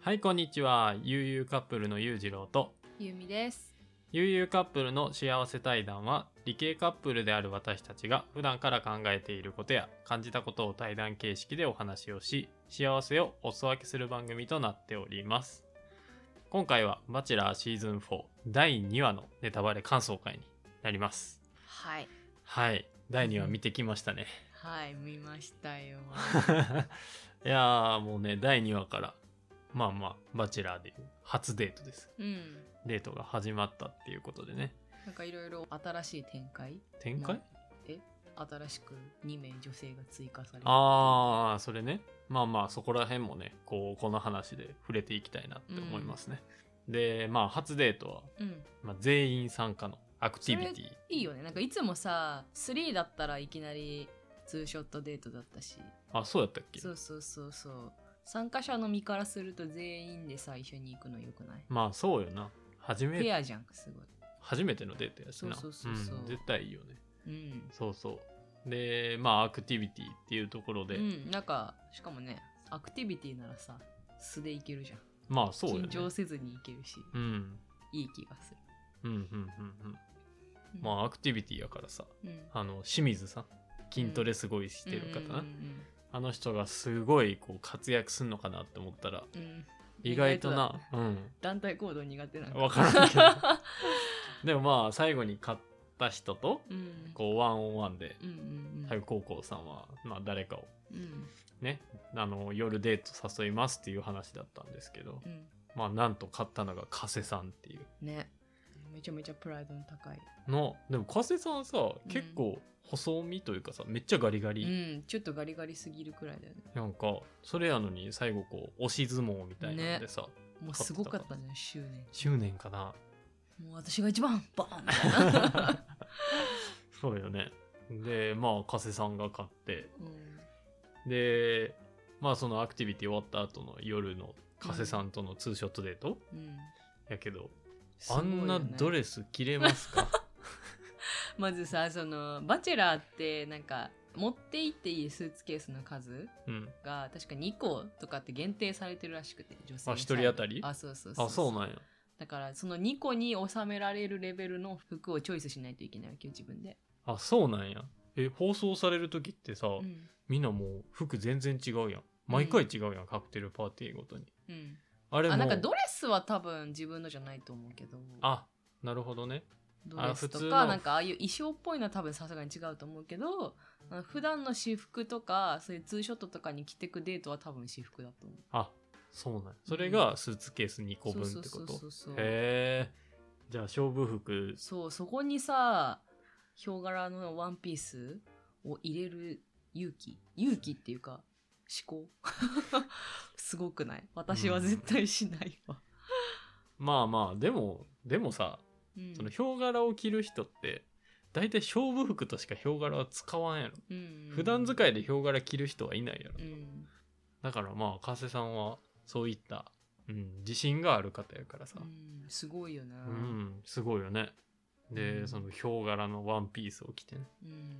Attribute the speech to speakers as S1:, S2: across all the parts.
S1: はいこんにちは悠々カップルの裕次郎と
S2: ゆみです。
S1: 悠々カップルの幸せ対談は理系カップルである私たちが普段から考えていることや感じたことを対談形式でお話をし幸せをお裾分けする番組となっております今回は「バチェラーシーズン4第2話」のネタバレ感想会になります
S2: はい。
S1: はい第2話見てきましたね
S2: はい、見ました よ。
S1: いやーもうね第2話からまあまあバチェラーでいう初デートです
S2: うん。
S1: デートが始まったっていうことでね
S2: なんかいろいろ新しい展開
S1: 展開
S2: なえ新しく2名女性が追加される。
S1: ああそれねまあまあそこら辺もねこうこの話で触れていきたいなって思いますね、でまあ初デートは、
S2: うん。
S1: まあ、全員参加のアクティビティ
S2: いいよね。なんかいつもさ、3だったらいきなりツーショットデートだったし。
S1: あそうやったっけ
S2: そうそうそうそう。参加者の身からすると全員で最初に行くのよくない
S1: まあそうよな初
S2: ペ
S1: め
S2: アじゃん、すごい。
S1: 初めてのデートやしな
S2: そうそうそうそうん
S1: 絶対いいよね
S2: うん。
S1: そうそうでまあアクティビティっていうところで、
S2: うん、なんか、しかもね、アクティビティならさ、素で行けるじゃん。
S1: まあそうよね
S2: 緊張せずに行けるし、
S1: うん
S2: いい気がする。
S1: うんうんうんうん
S2: うん
S1: まあアクティビティやからさ
S2: うん
S1: あの清水さん筋トレすごいしてる方な、
S2: うん
S1: あの人がすごいこう活躍すんのかなって思ったら
S2: うんうんうん
S1: 意外とな
S2: 団体行動苦手な
S1: うん分からんけどでもまあ最後に勝った人と
S2: うん
S1: こうワンオンワンで
S2: うんうんうん
S1: 太陽高校さんはまあ誰かを
S2: うん
S1: ねあの夜デート誘いますっていう話だったんですけど
S2: うん
S1: まあなんと勝ったのが加瀬さんっていう
S2: ねめちゃめちゃプライドの高い
S1: のでも加瀬さんさ結構細身というかさめっちゃガリガ
S2: う
S1: リ
S2: んちょっとガリガリすぎるくらいだよね
S1: なんかそれやのに最後こう押し相撲みたいなんでさ
S2: もうすごかったじゃん執念
S1: 執念かな
S2: もう私が一番バーンみたい な
S1: そうよね。で、まあ、加瀬さんが勝って、
S2: うん
S1: で、まあ、そのアクティビティ終わった後の夜の加瀬さんとのツーショットデート
S2: うん
S1: やけど、
S2: すご
S1: あ
S2: いよ
S1: ん
S2: ね
S1: なドレス着れます か
S2: まずさそのバチェラーってなんか持って行っていいスーツケースの数
S1: うん。
S2: が確か2個とかって限定されてるらしくて女性
S1: あ
S2: の
S1: 一人当たり
S2: あそうそうそう
S1: あ、そうなんや。
S2: だからその2個に収められるレベルの服をチョイスしないといけないわけよ自分で、
S1: あ、そうなんや。え、放送される時ってさ、
S2: うん
S1: みんなもう服全然違うやん。毎回違うやん、カクテルパーティーごとに。
S2: うん
S1: あれも、
S2: あ
S1: あ
S2: なんかドレスは多分自分のじゃないと思うけど
S1: あなるほどね。
S2: ドレス
S1: あ普通
S2: と
S1: の
S2: かなんかああいう衣装っぽいのは多分さすがに違うと思うけどあの普段の私服とかそういうツーショットとかに着てくデートは多分私服だと思う
S1: あ、そうなんや。それがスーツケース2個分ってこと。
S2: そうそうそうそう
S1: へえ。じゃあ勝負服
S2: そうそこにさヒョウ柄のワンピースを入れる勇気勇気っていうか思考 すごくない私は絶対しないわ、
S1: まあまあでもでもさ
S2: うん
S1: そのヒョウ柄を着る人って大体勝負服としかヒョウ柄は使わんやろ
S2: うん
S1: 普段使いでヒョウ柄着る人はいないやろ
S2: うん
S1: だからまあ加瀬さんはそういった、うん、自信がある方やからさ
S2: うんすごいよな、
S1: うん、すごいよねで、
S2: うん
S1: そのヒョウ柄のワンピースを着てね
S2: うんうん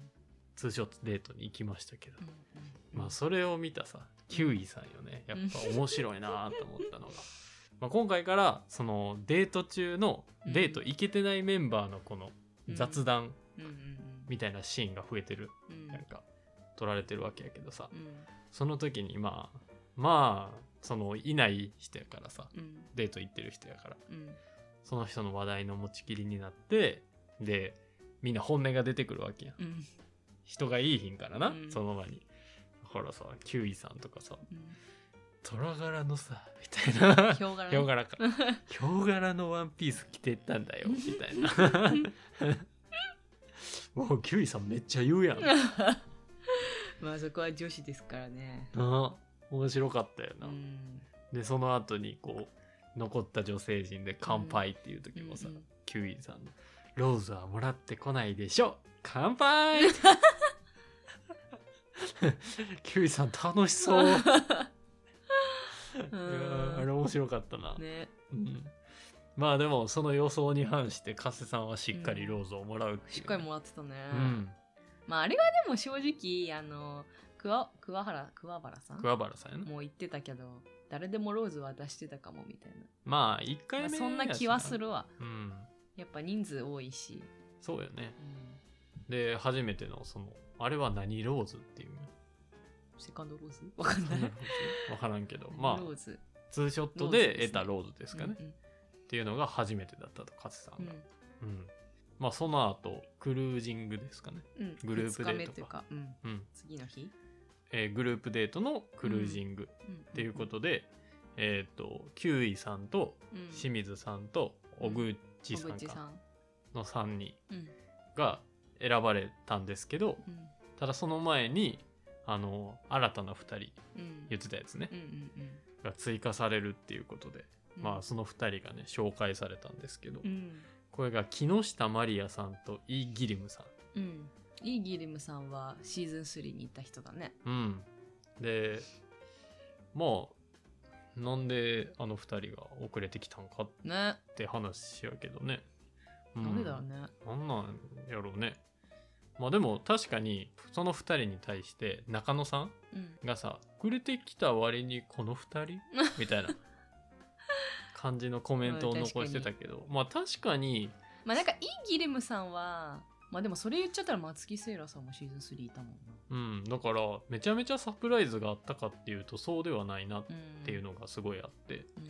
S1: ツーショットデートに行きましたけど、
S2: うん
S1: まあそれを見たさキウイさんよねやっぱ面白いなと思ったのが、 まあ、今回からそのデート中のデート行けてないメンバーのこの雑談
S2: うんうん
S1: みたいなシーンが増えてる
S2: うんうん
S1: なんか撮られてるわけやけどさ
S2: うん
S1: その時にまあまあそのいない人やからさ
S2: うん
S1: デート行ってる人やから
S2: うん
S1: その人の話題の持ちきりになってでみんな本音が出てくるわけやん
S2: うん
S1: 人がいいひんからな、
S2: うん
S1: その場にだからさキウイさんとかさ
S2: うん
S1: 虎柄のさみたいな
S2: ヒョウ柄ね
S1: ヒョウ柄か ヒョウ柄のワンピース着てったんだ よみたいな もうキウイさんめっちゃ言うやんな
S2: まあそこは女子ですからね
S1: あ面白かったよな、
S2: うん
S1: でその後にこう残った女性陣で乾杯っていう時もさ、
S2: うんうん
S1: キウイさんの「ローズはもらってこないでしょ乾 杯! 」キウイさん楽し そういやーあれ面白かったな、
S2: ね
S1: うんまあでもその予想に反して加瀬さんはしっかりローズをもらうっていうね、
S2: しっかりもらってたね、
S1: うん
S2: まああれがでも正直あの桑桑原桑原さん
S1: 桑原さんやな
S2: もう言ってたけど誰でもローズは出してたかもみたいな、
S1: まあ1回
S2: ま
S1: 目やし
S2: あそんな気はするわ
S1: うん
S2: やっぱ人数多いし、
S1: そうよね
S2: うん
S1: で初めてのそのあれは何ローズって いう
S2: セカンドローズわかんない
S1: 分からんけどま
S2: ロー
S1: あ
S2: ズ
S1: ツーショット
S2: ローズ
S1: で
S2: ですね
S1: 得たローズですかね
S2: うん
S1: っていうのが初めてだったと勝さ
S2: うんん
S1: が、うんまあその後クルージングですかね、
S2: うんうん
S1: グループデートか
S2: 二日目というか、うん、
S1: うん
S2: 次の日、
S1: えーグループデートのクルージング
S2: うんん
S1: っていうことで、えーっ、とキウイさんと
S2: うん
S1: 清水さんと小口
S2: 小
S1: さん
S2: 口さ
S1: か
S2: ん
S1: の3人
S2: うん
S1: が選ばれたんですけど
S2: うん
S1: ただその前にあの新たな2人
S2: うん
S1: 言ってたやつね
S2: うんうんうん
S1: が追加されるっていうことで、
S2: うん
S1: まあその2人がね紹介されたんですけど、
S2: うん
S1: これが木下まりやさんとイ・ギリムさん
S2: うんイーギリムさんはシーズン3に行った人だね
S1: うん。で、まあ、なんであの二人が遅れてきたんかっ
S2: ね、
S1: て話やけどね。う
S2: なんでだろうね
S1: なんなんやろうね。まあでも確かにその二人に対して中野さん
S2: うん
S1: がさ遅れてきた割にこの二人みたいな感じのコメントを残してたけど、 まあ確かに
S2: まあなんかイーギリムさんはまあでもそれ言っちゃったら松木聖羅さんもシーズン3いたもんな
S1: うんだからめちゃめちゃサプライズがあったかっていうとそうではないなっ
S2: うん
S1: ていうのがすごいあって、
S2: うん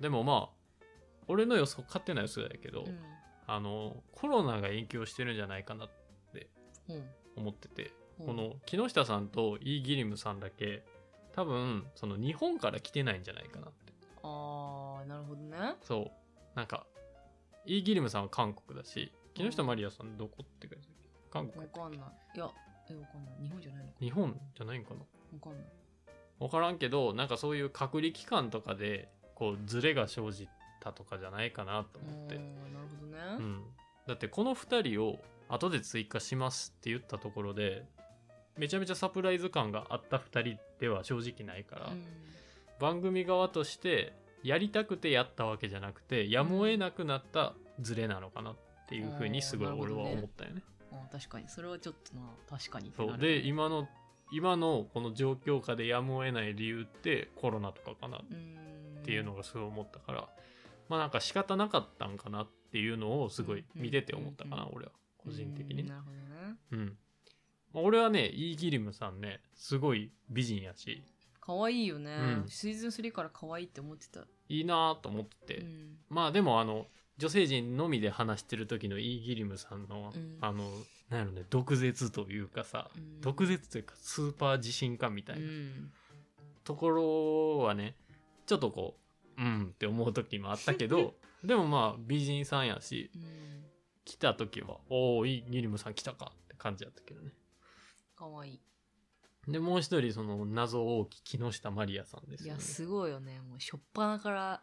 S1: でもまあ俺の予想勝手な予想だけど、
S2: うん
S1: あのコロナが影響してるんじゃないかなと
S2: うん
S1: 思ってて、
S2: うん
S1: この木下さんとイーギリムさんだけ多分その日本から来てないんじゃないかなって
S2: あーなるほどね
S1: そうなんかイーギリムさんは韓国だし
S2: うん
S1: 木下まりやさんどこって感じだっけ韓国
S2: わかんないいやえわかんない日本じゃないのか
S1: 日本じゃないんかな
S2: わかんない
S1: 分からんけどなんかそういう隔離期間とかでこうズレが生じたとかじゃないかなと思って
S2: おーなるほどね、
S1: うん、だってこの2人を後で追加しますって言ったところでめちゃめちゃサプライズ感があった2人では正直ないから、
S2: う
S1: 番組側としてやりたくてやったわけじゃなくてやむを得なくなったズレなのかなっていうふうにすごい
S2: あーな
S1: 俺
S2: るほど
S1: は
S2: ね
S1: 思ったよね。
S2: ん、あ確かにそれはちょっとな確かにって
S1: そ
S2: な
S1: う
S2: る
S1: で今の今のこの状況下でやむを得ない理由ってコロナとかかなっ
S2: うん
S1: ていうのがすごい思ったから、まあなんか仕方なかったんかなっていうのをすごい見てて思ったかな、
S2: うん
S1: 俺は個人的に
S2: うん
S1: ね
S2: な。るほどね
S1: うん。まあ俺はね、イーギリムさんね、すごい美人やし、
S2: 可愛いよね、
S1: うん
S2: シーズン3から可愛いって思ってた、
S1: いいなと思ってて、
S2: うん
S1: まあでもあの、女性陣のみで話してる時のイーギリムさんの、
S2: うん
S1: あの、なんやろね、毒舌というかさ、
S2: うん
S1: 毒舌というかスーパー自信家みた
S2: う
S1: いなんところはね、ちょっとこう、うんって思う時もあったけ ど、でもまあ美人さんやし、
S2: うん、
S1: 来た時は、おお、イーギリムさん来たかって感じやったけどね。
S2: 可愛い
S1: で、もう一人、その、謎多き木下まりやさんです
S2: い
S1: よ、
S2: や
S1: ね。
S2: すごいよねもうしょっぱなから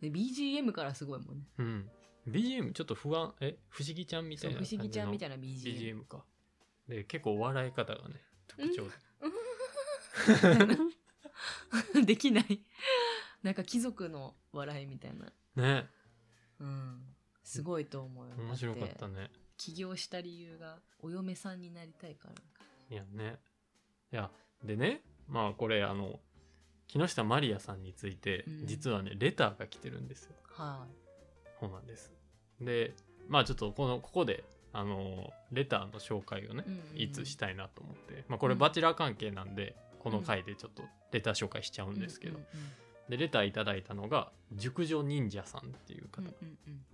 S2: で BGM からすごいもんね
S1: うん。BGM ちょっと不安、え、不思議ちゃんみた
S2: そ
S1: いうな感
S2: 不
S1: じ
S2: 思
S1: の。
S2: 議ちゃんみたいな BGM
S1: BGM か。で、結構笑い方がね、特徴。
S2: できないなんか貴族の笑いみたいな
S1: ね、
S2: うんすごいと思うよ
S1: 面白かっ
S2: だ
S1: たね。
S2: て起業した理由がお嫁さんになりたいから
S1: いやね。いや、でね、まあこれ、あの、木下まりやさんについて、
S2: うん
S1: 実はね、レターが来てるんですよ。
S2: は
S1: そうなんです。で、まあちょっと、この、ここで、あの、レターの紹介をね
S2: い、うんうんうん
S1: いつしたいなと思って、まあ、これバチェラー関係なんで、この回でちょっとレター紹介しちゃうんですけど、
S2: うん
S1: でレターいただいたのが熟女忍者さんっていう
S2: う
S1: 方、
S2: んうんうん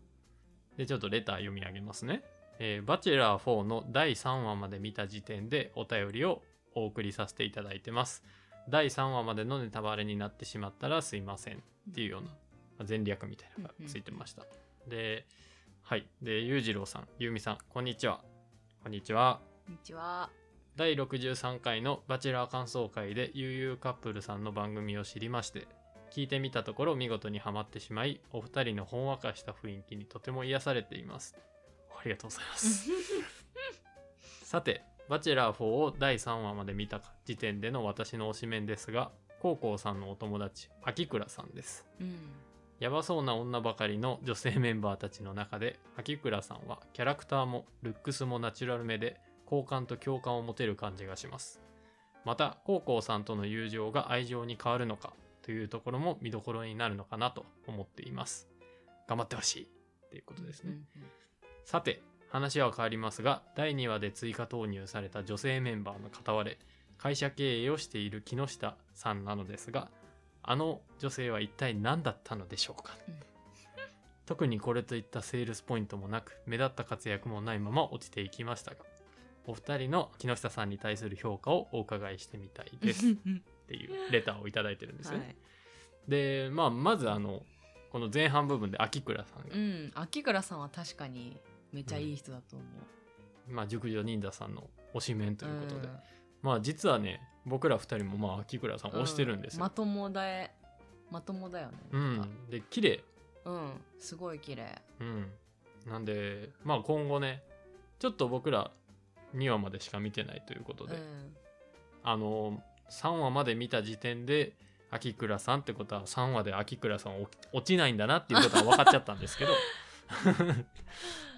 S1: でちょっとレター読み上げますね、えーバチェラー4」の第3話まで見た時点でお便りをお送りさせていただいてます第3話までのネタバレになってしまったらすいませんっていうようなまあ前略みたいなのがついてました、ではいで裕次郎さんゆうみさんこんにちはこんにちは
S2: こんにちは
S1: 第63回のバチェラー感想会で悠々カップルさんの番組を知りまして聞いてみたところ見事にはまってしまいお二人のほんわかした雰囲気にとても癒されていますありがとうございますさてバチェラー4を第3話まで見た時点での私の推しメンですが高校さんのお友達秋倉さんです
S2: うん
S1: やばそうな女ばかりの女性メンバーたちの中で秋倉さんはキャラクターもルックスもナチュラルめで好感と共感を持てる感じがしますまた高校さんとの友情が愛情に変わるのかというところも見どころになるのかなと思っています頑張ってほしいということですね、さて話は変わりますが第2話で追加投入された女性メンバーの片割れ会社経営をしている木下さんなのですがあの女性は一体何だったのでしょうか、
S2: うん
S1: 特にこれといったセールスポイントもなく目立った活躍もないまま落ちていきましたがお二人の木下さんに対する評価をお伺いしてみたい
S2: うんうん
S1: ですっていうレターをいただいてるんです
S2: は
S1: よね。
S2: い。
S1: で、まあ、まずあのこの前半部分で秋倉さんが、
S2: うん、秋倉さんは確かにめちゃいい人だと思う。
S1: まあ、熟女忍者さんの推しメンということで、
S2: ん
S1: まあ実はね僕ら二人もまあ秋倉さんを推してるんです
S2: ま
S1: よ。
S2: ともだえ、まともだよね。
S1: うん
S2: なんか
S1: で綺麗
S2: うん、すごい綺麗。
S1: うんなんでまあ今後ねちょっと僕ら2話までしか見てないということ
S2: う
S1: で、
S2: ん、
S1: あの3話まで見た時点で秋倉さんってことは3話で秋倉さん落落ちないんだなっていうことは分かっちゃったんですけ ど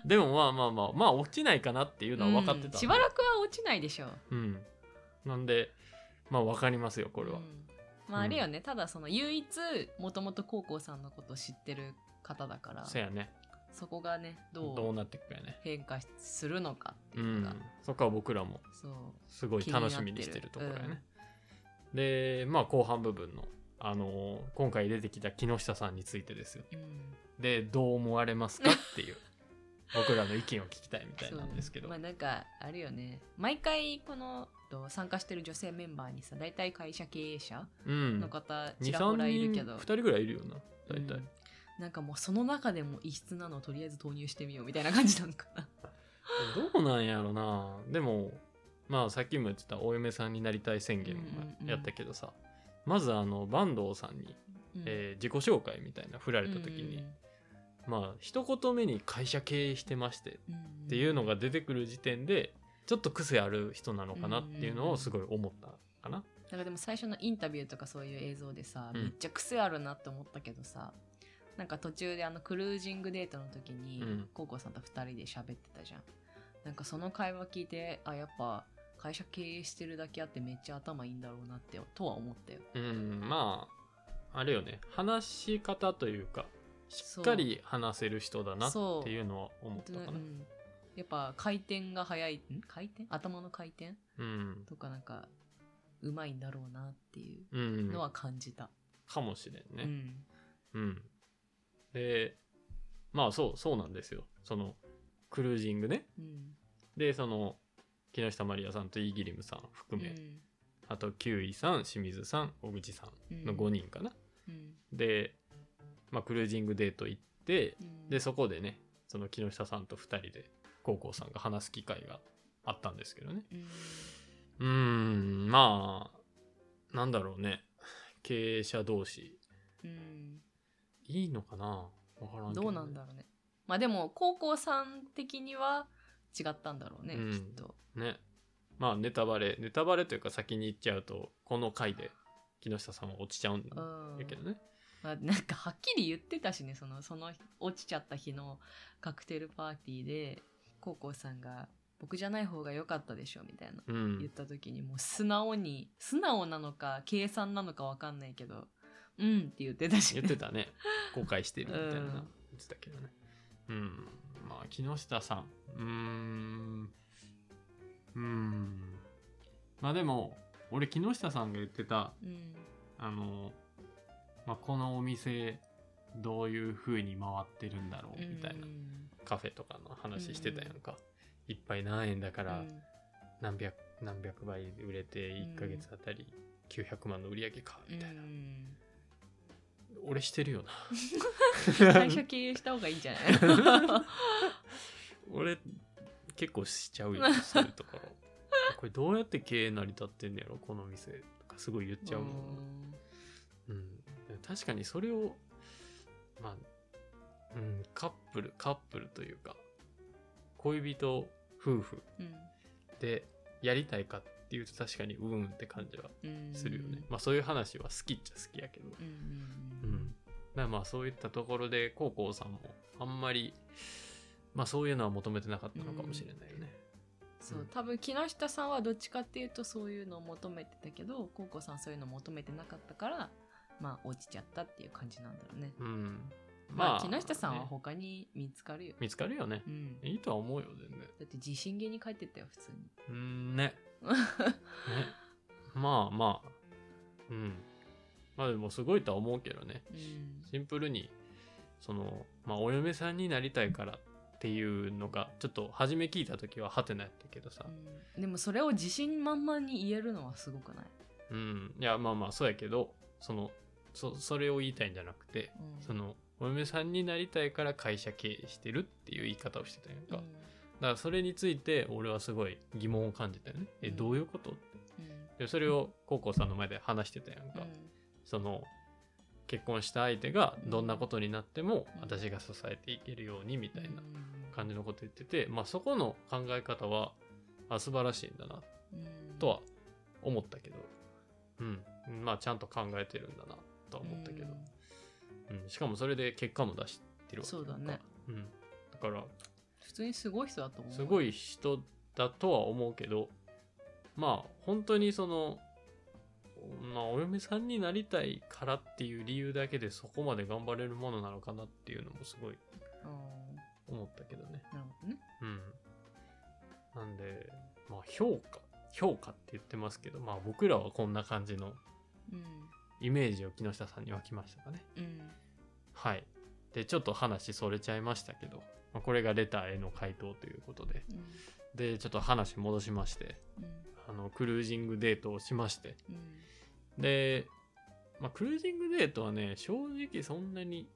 S1: でもまあまあまあまあ落ちないかなっていうのは分かってたんで、
S2: うんしばらくは落ちないでしょう。
S1: うんなんでまあ分かりますよこれは
S2: う、んまああれよね、ただその唯一もともと高校さんのことを知ってる方だから
S1: そやね
S2: そこがねど
S1: どう
S2: う
S1: なっていくかやね
S2: 変化するのかって
S1: う
S2: いうのが、
S1: ん、そこは僕らも
S2: そう
S1: すごい楽しみにしてるところやね。でまあ後半部分の、あのー今回出てきた木下さんについてですよ。
S2: うん
S1: でどう思われますかって いう僕らの意見を聞きたいみたいなんですけ
S2: そ
S1: ど。
S2: うまあ
S1: う
S2: なんかあれよね毎回このと参加してる女性メンバーにさ大体会社経営者
S1: ん
S2: の方
S1: 二
S2: ちらほ
S1: 三
S2: らいるけ
S1: 人
S2: ど、
S1: 2人ぐらいいるよな大体、
S2: うんなんかもうその中でも異質なのをとりあえず投入してみようみたいな感じなんかな
S1: どうなんやろなでもまあさっきも言ってたお嫁さんになりたい宣言
S2: うんうん
S1: やったけどさ、まずあの坂東さんに、
S2: うん
S1: えー自己紹介みたいな振られた時に、まあ一言目に会社経営してまして
S2: うんうん
S1: っていうのが出てくる時点でちょっと癖ある人なのかなっていうのをすごい思ったかな。
S2: なんかでも最初のインタビューとかそういう映像でさ、
S1: うん
S2: めっちゃ癖あるなって思ったけどさなんか途中であのクルージングデートの時に
S1: うん
S2: 高校さんと2人で喋ってたじゃんなんかその会話聞いてあやっぱ会社経営してるだけあってめっちゃ頭いいんだろうなってとは思ったよ
S1: うん、まああれよね話し方というかしっかり話せる人だなっていうのは思った
S2: 本
S1: か
S2: 当
S1: な
S2: に。うん、やっぱ回転が早いん回転頭の回転
S1: うん、
S2: とかなんかうまいんだろうなっていう
S1: う
S2: の
S1: ん、
S2: は感じた、
S1: かもしれん
S2: う
S1: ね。
S2: ん
S1: うん、でまあそうそうなんですよそのクルージングね
S2: うん
S1: でその木下まりやさんとイーギリムさん含め、あとキウイさん清水さん小口さん
S2: うん
S1: の5人かな。
S2: うん
S1: で、まあ、クルージングデート行って
S2: うん
S1: でそこでねその木下さんと2人で高校さんが話す機会があったんですけどね
S2: うん
S1: うーんまあなんだろうね経営者同士
S2: うん
S1: いいのかなわからんけどね、
S2: どうなんだろうねまあでも高校さん的には違ったんだろうね、
S1: うん
S2: きっと
S1: ねまあネタバレネタバレというか先に言っちゃうとこの回で木下さんは落ちちゃうん
S2: う
S1: だ
S2: ん、
S1: けどね
S2: まあ、なんかはっきり言ってたしねそのその落ちちゃった日のカクテルパーティーで高校さんが「僕じゃない方が良かったでしょ」みたいな
S1: う
S2: 言っ
S1: ん
S2: た時にもう素直に素直なのか計算なのかわかんないけど「うん」って言ってたし、
S1: 言ってたね後悔してるみたいな
S2: うん
S1: 言ってたけどねうんまあ木下さんうーんうーんまあでも俺木下さんが言ってた
S2: うん
S1: あの、まあ、このお店どういう風に回ってるんだろうみたいな、
S2: うん
S1: カフェとかの話してたやんか、一杯何円だから
S2: うん
S1: 何百何百倍売れて1ヶ月あたり900万の売り上げかみたいな、
S2: うん
S1: 俺してるよな
S2: 会社経営した方がいいんじゃない
S1: 俺結構しちゃうよそういうところこれどうやって経営成り立ってんのやろこの店とかすごい言っちゃうもんなうん、確かにそれをまあ、うん、カップルカップルというか恋人夫婦
S2: うん
S1: でやりたいかっていうと確かにうんって感じは
S2: うん
S1: するよね、まあそういう話は好きっちゃ好きやけど
S2: うん
S1: う
S2: うんん
S1: だからまあそういったところで高校さんもあんまりまあそういうのは求めてなかったのかもしれないよね、
S2: そう
S1: うん
S2: 多分木下さんはどっちかっていうとそういうのを求めてたけどコウコさんはそういうのを求めてなかったからまあ落ちちゃったっていう感じなんだろうね。
S1: うん
S2: まあ、木下さんは
S1: ね
S2: 他に見つかるよ。
S1: 見つかるよね
S2: うん、だ
S1: いいとは思うよ全然
S2: って地震源に帰ってったよ普 通に。
S1: うんねねまあまあうんまあでもすごいとは思うけどね
S2: うん
S1: シンプルにその、まあ、お嫁さんになりたいからっていうのがちょっと初め聞いた時はハテナやったけどさ
S2: うんでもそれを自信満々に言えるのはすごくない、
S1: うんいやまあまあそうやけどそのそそれを言いたいんじゃなくて
S2: うん
S1: そのお嫁さんになりたいから会社経営してるっていう言い方をしてたやんか、
S2: うん
S1: だからそれについて俺はすごい疑問を感じたよね、え
S2: うん
S1: どういうことって
S2: うん
S1: でそれを高校さんの前で話してたやんか、その結婚した相手がどんなことになっても
S2: うん
S1: 私が支えていけるようにみたいな
S2: うん
S1: 感じのこと言ってて、まあ、そこの考え方はあ素晴らしいんだな
S2: うん
S1: とは思ったけど、うんまあ、ちゃんと考えてるんだなとは思ったけど、うんしかもそれで結果も出してるわけやんか
S2: そうだね
S1: うん、だから
S2: 普通にすごい人だと思う
S1: すご
S2: い、
S1: い人だとは思うけどまあ本当にその、まあ、お嫁さんになりたいからっていう理由だけでそこまで頑張れるものなのかなっていうのもすごい
S2: うん
S1: 思ったけどね
S2: なるほどね
S1: うんなんでまあ評価評価って言ってますけどまあ僕らはこんな感じのイメージを木下さんに湧きましたかね
S2: うんうん
S1: はいでちょっと話それちゃいましたけど、まあ、これがレターへの回答ということで
S2: うん
S1: でちょっと話戻しまして
S2: うん
S1: あのクルージングデートをしまして
S2: うん
S1: で、まあ、クルージングデートはね正直そんなに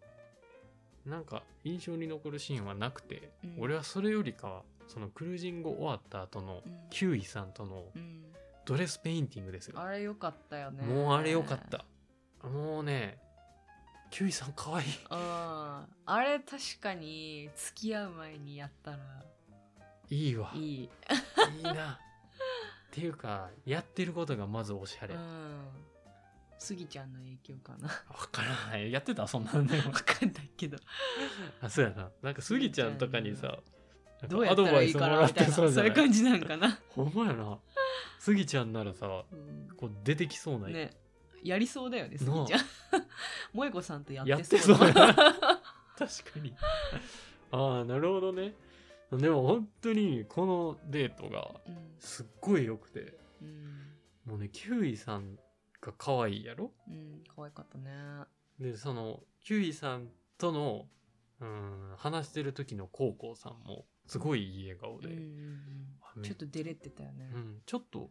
S1: なんか印象に残るシーンはなくて、
S2: うん
S1: 俺はそれよりかはそのクルージング終わった後の
S2: うん
S1: キュウイさんとの
S2: うん
S1: ドレスペインティングですよ、
S2: あれ良かったよね
S1: もうあれよかったもうねキュウイさんかわいい
S2: うんあれ確かに付き合う前にやったら
S1: いいわ
S2: い
S1: い
S2: い
S1: いなっていうかやってることがまずおしゃれ
S2: う
S1: わ、
S2: んスギちゃんの影響かな
S1: からないやってたそんなんでも
S2: わかんないけ ど
S1: あそうやななんかスギちゃんとかにさなんか
S2: どうやったらいいかなみたいな
S1: アドバイスもらってそうじ
S2: そ
S1: ゃな
S2: う
S1: いいう
S2: 感じなんかな、
S1: ほんまやなスギちゃんならさ
S2: うん
S1: こう出てきそうな、
S2: ねやりそうだよねスギ
S1: なあ
S2: ちゃん 萌子さんとや
S1: やっ
S2: っててそ
S1: そううや
S2: だ
S1: な 確かにああなるほどねでも本当にこのデートが
S2: うん
S1: すっごい良くて
S2: うん
S1: もうねキウイさんが可愛いやろ
S2: うん可愛かったね
S1: でそのキウイさんとのうん話してる時のコウコウさんもすごいいい笑顔
S2: う
S1: で、
S2: んうん
S1: あ
S2: うん
S1: め
S2: ちょっとデレってたよね
S1: うん、ちょっと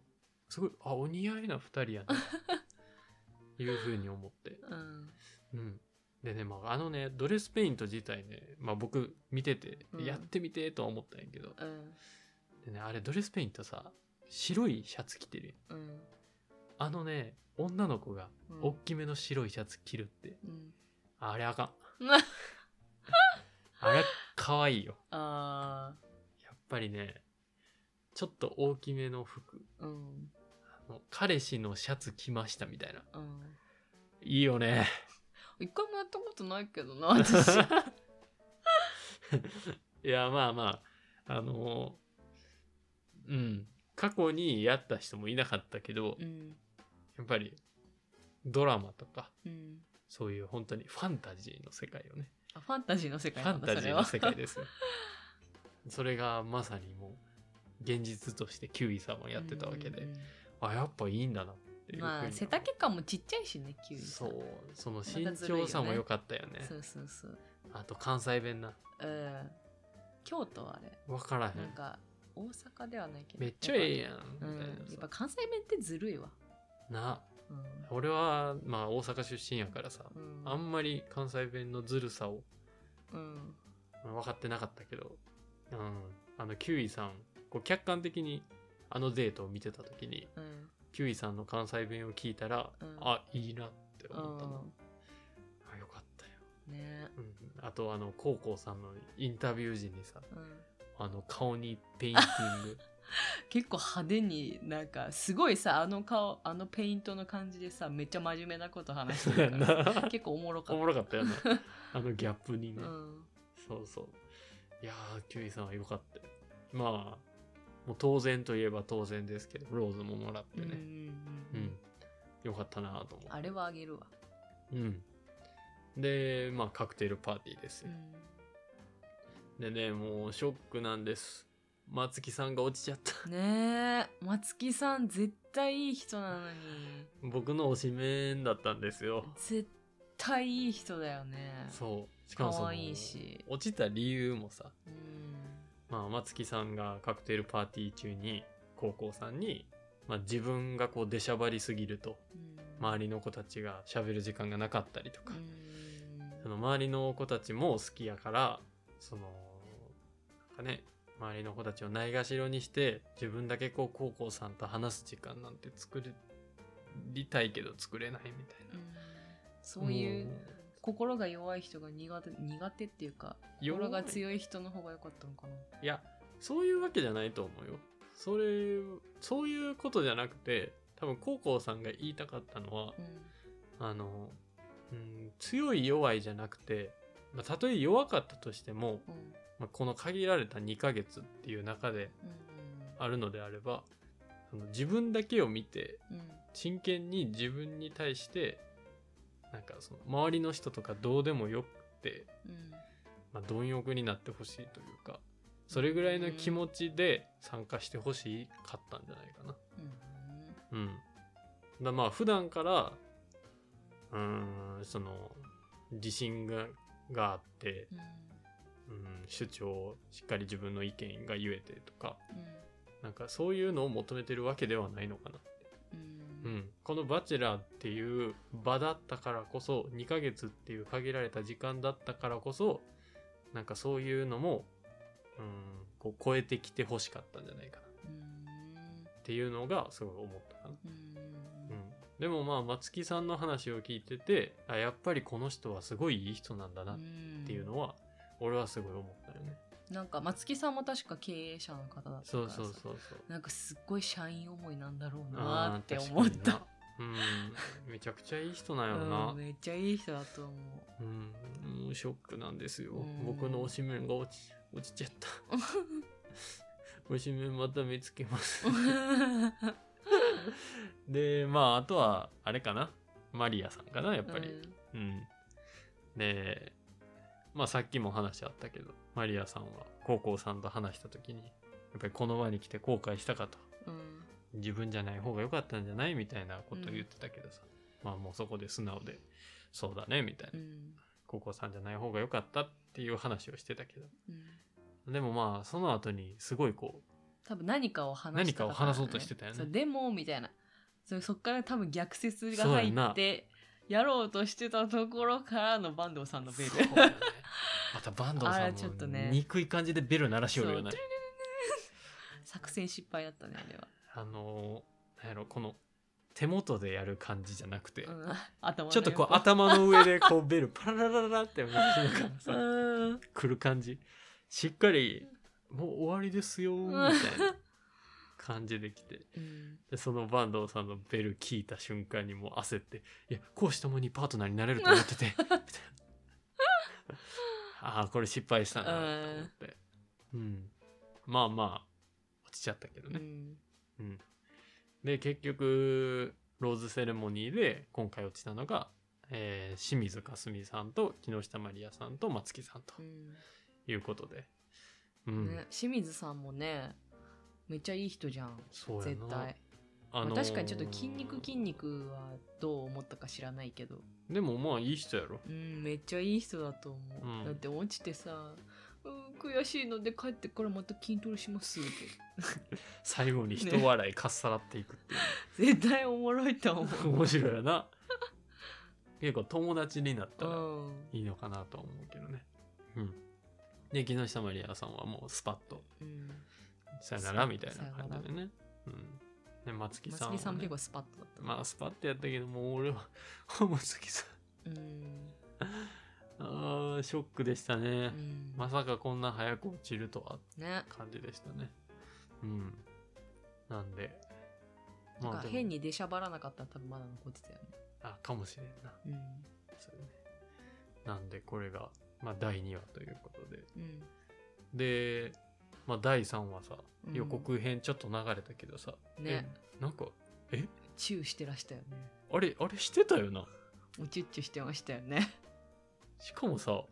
S1: すごいあお似合いな2人や ないうふうに思って、
S2: うん
S1: うん、でね、まあ、あのねドレスペイント自体ね、まあ、僕見てて
S2: うん
S1: やってみてとは思ったんやけど、
S2: うん
S1: でねあれドレスペイントさ白いシャツ着てるやん
S2: うん
S1: あのね女の子が
S2: うん
S1: 大きめの白いシャツ着るって、
S2: うん
S1: あれあ かんあれかわいいよ
S2: あ
S1: やっぱりねちょっと大きめの服
S2: ーうん
S1: あの彼氏のシャツ着ましたみたいな
S2: うん
S1: いいよね
S2: 一回もやったことないけど な私
S1: いやまあまああのーうん過去にやった人もいなかったけど、
S2: うん
S1: やっぱりドラマとか
S2: うん
S1: そういう本当にファンタジーの世界よね
S2: あファンタジーの世
S1: フ
S2: 界な
S1: ァン
S2: んだ
S1: タ
S2: そ
S1: ジ
S2: れ
S1: ーの
S2: は
S1: 世界ですよ それがまさにもう現実としてキウイさんもやってたわけで、
S2: うんうんうん
S1: あやっぱいいんだなっていうふうに
S2: まあ背丈感もちっちゃいしねキュウリさ
S1: そ
S2: ん
S1: うその
S2: ずるいよ
S1: 身
S2: ね
S1: 長差も良かったよね
S2: そうそうそう
S1: あと関西弁な
S2: うん京都はあれ
S1: 分からへん
S2: なんか大阪ではないけど
S1: めっちゃええ
S2: やっ
S1: やんみ
S2: ぱうん
S1: たいなさ、
S2: やっぱ関西弁ってずるいわ
S1: な
S2: うん
S1: 俺はまあ大阪出身やからさ
S2: うん
S1: あんまり関西弁のずるさを
S2: うん
S1: 分かってなかったけど、うん、あのキウイさんこう客観的にあのデートを見てた時に
S2: うん
S1: キウイさんの関西弁を聞いたら、
S2: うん
S1: あいいなって思ったの、
S2: う
S1: あよかったよ、
S2: んね
S1: うん、あとあの高校さんのインタビュー時にさ
S2: うん
S1: あの顔にペインティ ング
S2: 結構派手になんかすごいさあの顔あのペイントの感じでさめっちゃ真面目なこと話してる から結構おもろか
S1: お
S2: っ
S1: もろかったよなあのギャップに
S2: た、
S1: ね、
S2: うん
S1: そうそう。いやー、キュウイさんは良かったよ。まあ、もう当然といえば当然ですけどローズももらって
S2: うんうん
S1: ね、
S2: う
S1: うんんよかったなと思
S2: あれはあげるわ、
S1: う、うん、でまあカクテルパーティーです
S2: う
S1: よ、
S2: ん、
S1: でねもうショックなんです松木さんが落ちちゃった
S2: ねえ松木さん絶対いい人なのに
S1: 僕の推しメンだったんですよ
S2: 絶対いい人だよね
S1: そうしか
S2: 可
S1: もその
S2: 愛いし
S1: 落ちた理由もさ、
S2: うん
S1: まあ、松木さんがカクテルパーティー中に高校さんに、まあ、自分がこう出しゃばりすぎると
S2: うん
S1: 周りの子たちが喋る時間がなかったりと
S2: う
S1: か、
S2: ん
S1: その周りの子たちも好きやからそのなんかね周りの子たちをないがしろにして自分だけこう高校さんと話す時間なんて作りたいけど作れないみたいな
S2: う。んそういう
S1: も
S2: 心が弱い人が苦手苦手っていうか
S1: 弱い
S2: 心が強い人の方が良かったのかな。
S1: いや、そういうわけじゃないと思うよ。それ、そういうことじゃなくて、多分、高校さんが言いたかったのは
S2: う、ん
S1: あの、うん、強い弱いじゃなくて、まあたとえ弱かったとしても、
S2: うん
S1: まあこの限られた2ヶ月っていう中であるのであれば、その自分だけを見て、
S2: うんうん
S1: 真剣に自分に対して、なんかその、周りの人とかどうでもよくて、
S2: うん
S1: まあ、貪欲になってほしいというかそれぐらいの気持ちで参加してほしかったんじゃないかな
S2: うん
S1: うんだまあ普段からうーんその自信ががあって、
S2: うん
S1: うん、主張をしっかり自分の意見が言えてとか
S2: うん
S1: なんかそういうのを求めてるわけではないのかな
S2: うん
S1: うん、この「バチェラー」っていう場だったからこそ2ヶ月っていう限られた時間だったからこそなんかそういうのも、うん、こう超えてきてほしかったんじゃないかなっていうのがすごい思ったかな。
S2: うん
S1: うん、でもまあ松木さんの話を聞いててあやっぱりこの人はすごいいい人なんだなっていうのは、俺はすごい思ったよね。
S2: なんか松木さんも確か経営者の方だったか
S1: そ
S2: ら
S1: う
S2: さ
S1: そうそうそう。
S2: なんかすっごい社員思いなんだろう
S1: あ
S2: な
S1: ー
S2: って思っ
S1: 確かに
S2: た
S1: なうん、めちゃくちゃいい人なんやろな。
S2: うんめっちゃいい人だと思
S1: うん、もうショックなんですよ
S2: うん。
S1: 僕の推しメンが落ち、落ちちゃっ た。推しメンまた見つけます
S2: う。
S1: で、まあ、あとは、あれかな。マリアさんかな、やっぱり。
S2: う
S1: うん。で、まあ、さっきも話あったけど、マリアさんは高校さんと話した時に、やっぱりこの場に来て後悔したかと。
S2: んうん
S1: 自分じゃない方が良かったんじゃないみたいなことを言ってたけどさ。まあ、もうそこで素直で、そうだね、みたいな
S2: う。ん
S1: 高校さんじゃない方が良かったっていう話をしてたけど
S2: うん
S1: でもまあその後にすごいこ
S2: 多分何かを話したかった
S1: 何
S2: んだよね
S1: かを話そうとしてたよね
S2: そうでもみたいなそそっから多分逆説が
S1: そう
S2: 入
S1: やんな
S2: ってやろうとしてたところからの坂東さん
S1: う
S2: のベル
S1: そうだね また坂東
S2: あれちょっ
S1: さ
S2: と
S1: んも
S2: ね
S1: 憎い感じでベル鳴らしよるよ
S2: そ
S1: ね
S2: う作戦失敗だったねあれは、
S1: あのーなんやろこの手元でやる感じじゃなくて、
S2: うん、頭の
S1: ちょっとこう
S2: 横
S1: 頭の上でこうベルパララララって動きながらさ
S2: うん
S1: 来る感じしっかりもう終わりですよみたいな感じで来て
S2: うん
S1: でその坂東さんのベル聞いた瞬間にもう焦って「いや公私ともにパートナーになれると思ってて」みたいなああこれ失敗したなと思ってうんまあまあ落ちちゃったけど
S2: う
S1: ね、
S2: ん
S1: うん、で結局ローズセレモニーで今回落ちたのが、えー清水かすみさんと木下まりやさんと松木さんと
S2: うん
S1: いうことでうん、
S2: ね、清水さんもねめっちゃいい人じゃん
S1: そうやな
S2: 絶対、
S1: あのー
S2: まあ、確かにちょっと筋肉筋肉はどう思ったか知らないけど
S1: でもまあいい人やろ
S2: うんめっちゃいい人だと思う、
S1: うん
S2: だって落ちてさうん悔しいので帰ってからまた筋トレしますって
S1: 最後に人笑いかっさらっていくっていう、
S2: 絶対おもろいと思
S1: 面白いよな結構友達になった
S2: う、う
S1: ら
S2: ん
S1: いいのかなとは思うけどねうんで木下まりやさんはもうスパッと
S2: うん、
S1: さよならみたいな感じでねうんで松木さんは、
S2: 松木
S1: ね、
S2: さんも結構スパッとだったね、
S1: まあスパッてやったけどもう俺は 松木さん
S2: うん、
S1: あーショックでしたね
S2: う、ん、
S1: まさかこんな早く落ちるとは
S2: ね
S1: 感じでしたねうんなんで
S2: なん
S1: あ
S2: か
S1: でも
S2: 変に出しゃばらなかったら多分まだ残ってたよね
S1: あかもしれんなそうね。なんでこれが、まあ、第2話ということで。
S2: うんうん
S1: で、まあ、第3話さ
S2: うん
S1: 予告編ちょっと流れたけどさ、
S2: ね
S1: えなんか
S2: チューしてらしたよね
S1: あれあれしてたよな
S2: おちゅっちゅしてましたよね、
S1: しかも さ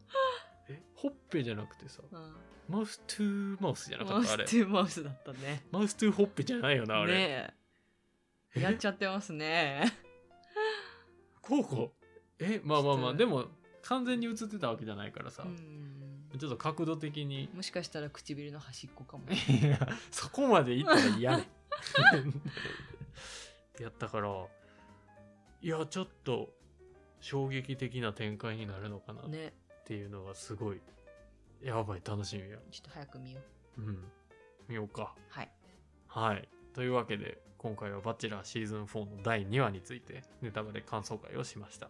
S1: えほっぺじゃなくてさ
S2: うん、
S1: マウストゥーマウスじゃなか
S2: マウ
S1: った
S2: ス
S1: あれ
S2: トゥーマウスだったね
S1: マウストゥーほっぺじゃないよなあれ、
S2: ねえやっちゃってますね
S1: こうこうえまあまあま
S2: ちょっ
S1: あ
S2: と
S1: でも完全に映ってたわけじゃないからさ、
S2: うん
S1: ちょっと角度的に
S2: もしかしたら唇の端っこかも
S1: いやそこまでいったら嫌ねってやったから いやちょっと衝撃的な展開になるのかなっ
S2: ね
S1: ていうのがすごいやばい楽しみや
S2: ちょっと早く見よう
S1: うん見ようか
S2: はい
S1: はい。というわけで、今回はバチェラーシーズン4の第2話について、ネタバレ感想会をしました。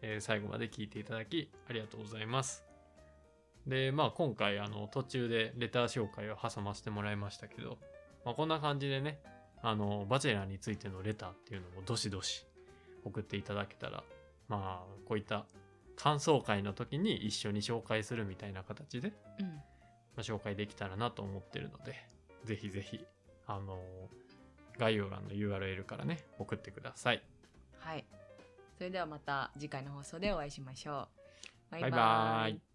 S1: えー最後まで聞いていただき、ありがとうございます。で、まあ今回、あの、途中でレター紹介を挟ませてもらいましたけど、まあこんな感じでね、あの、バチェラーについてのレターっていうのもどしどし送っていただけたら、まあ、こういった感想会の時に一緒に紹介するみたいな形で、
S2: うん
S1: まあ紹介できたらなと思ってるので、ぜひぜひ、あのー概要欄の URL からね、送ってください。
S2: はいそれではまた次回の放送でお会いしましょうバ
S1: バイバーイ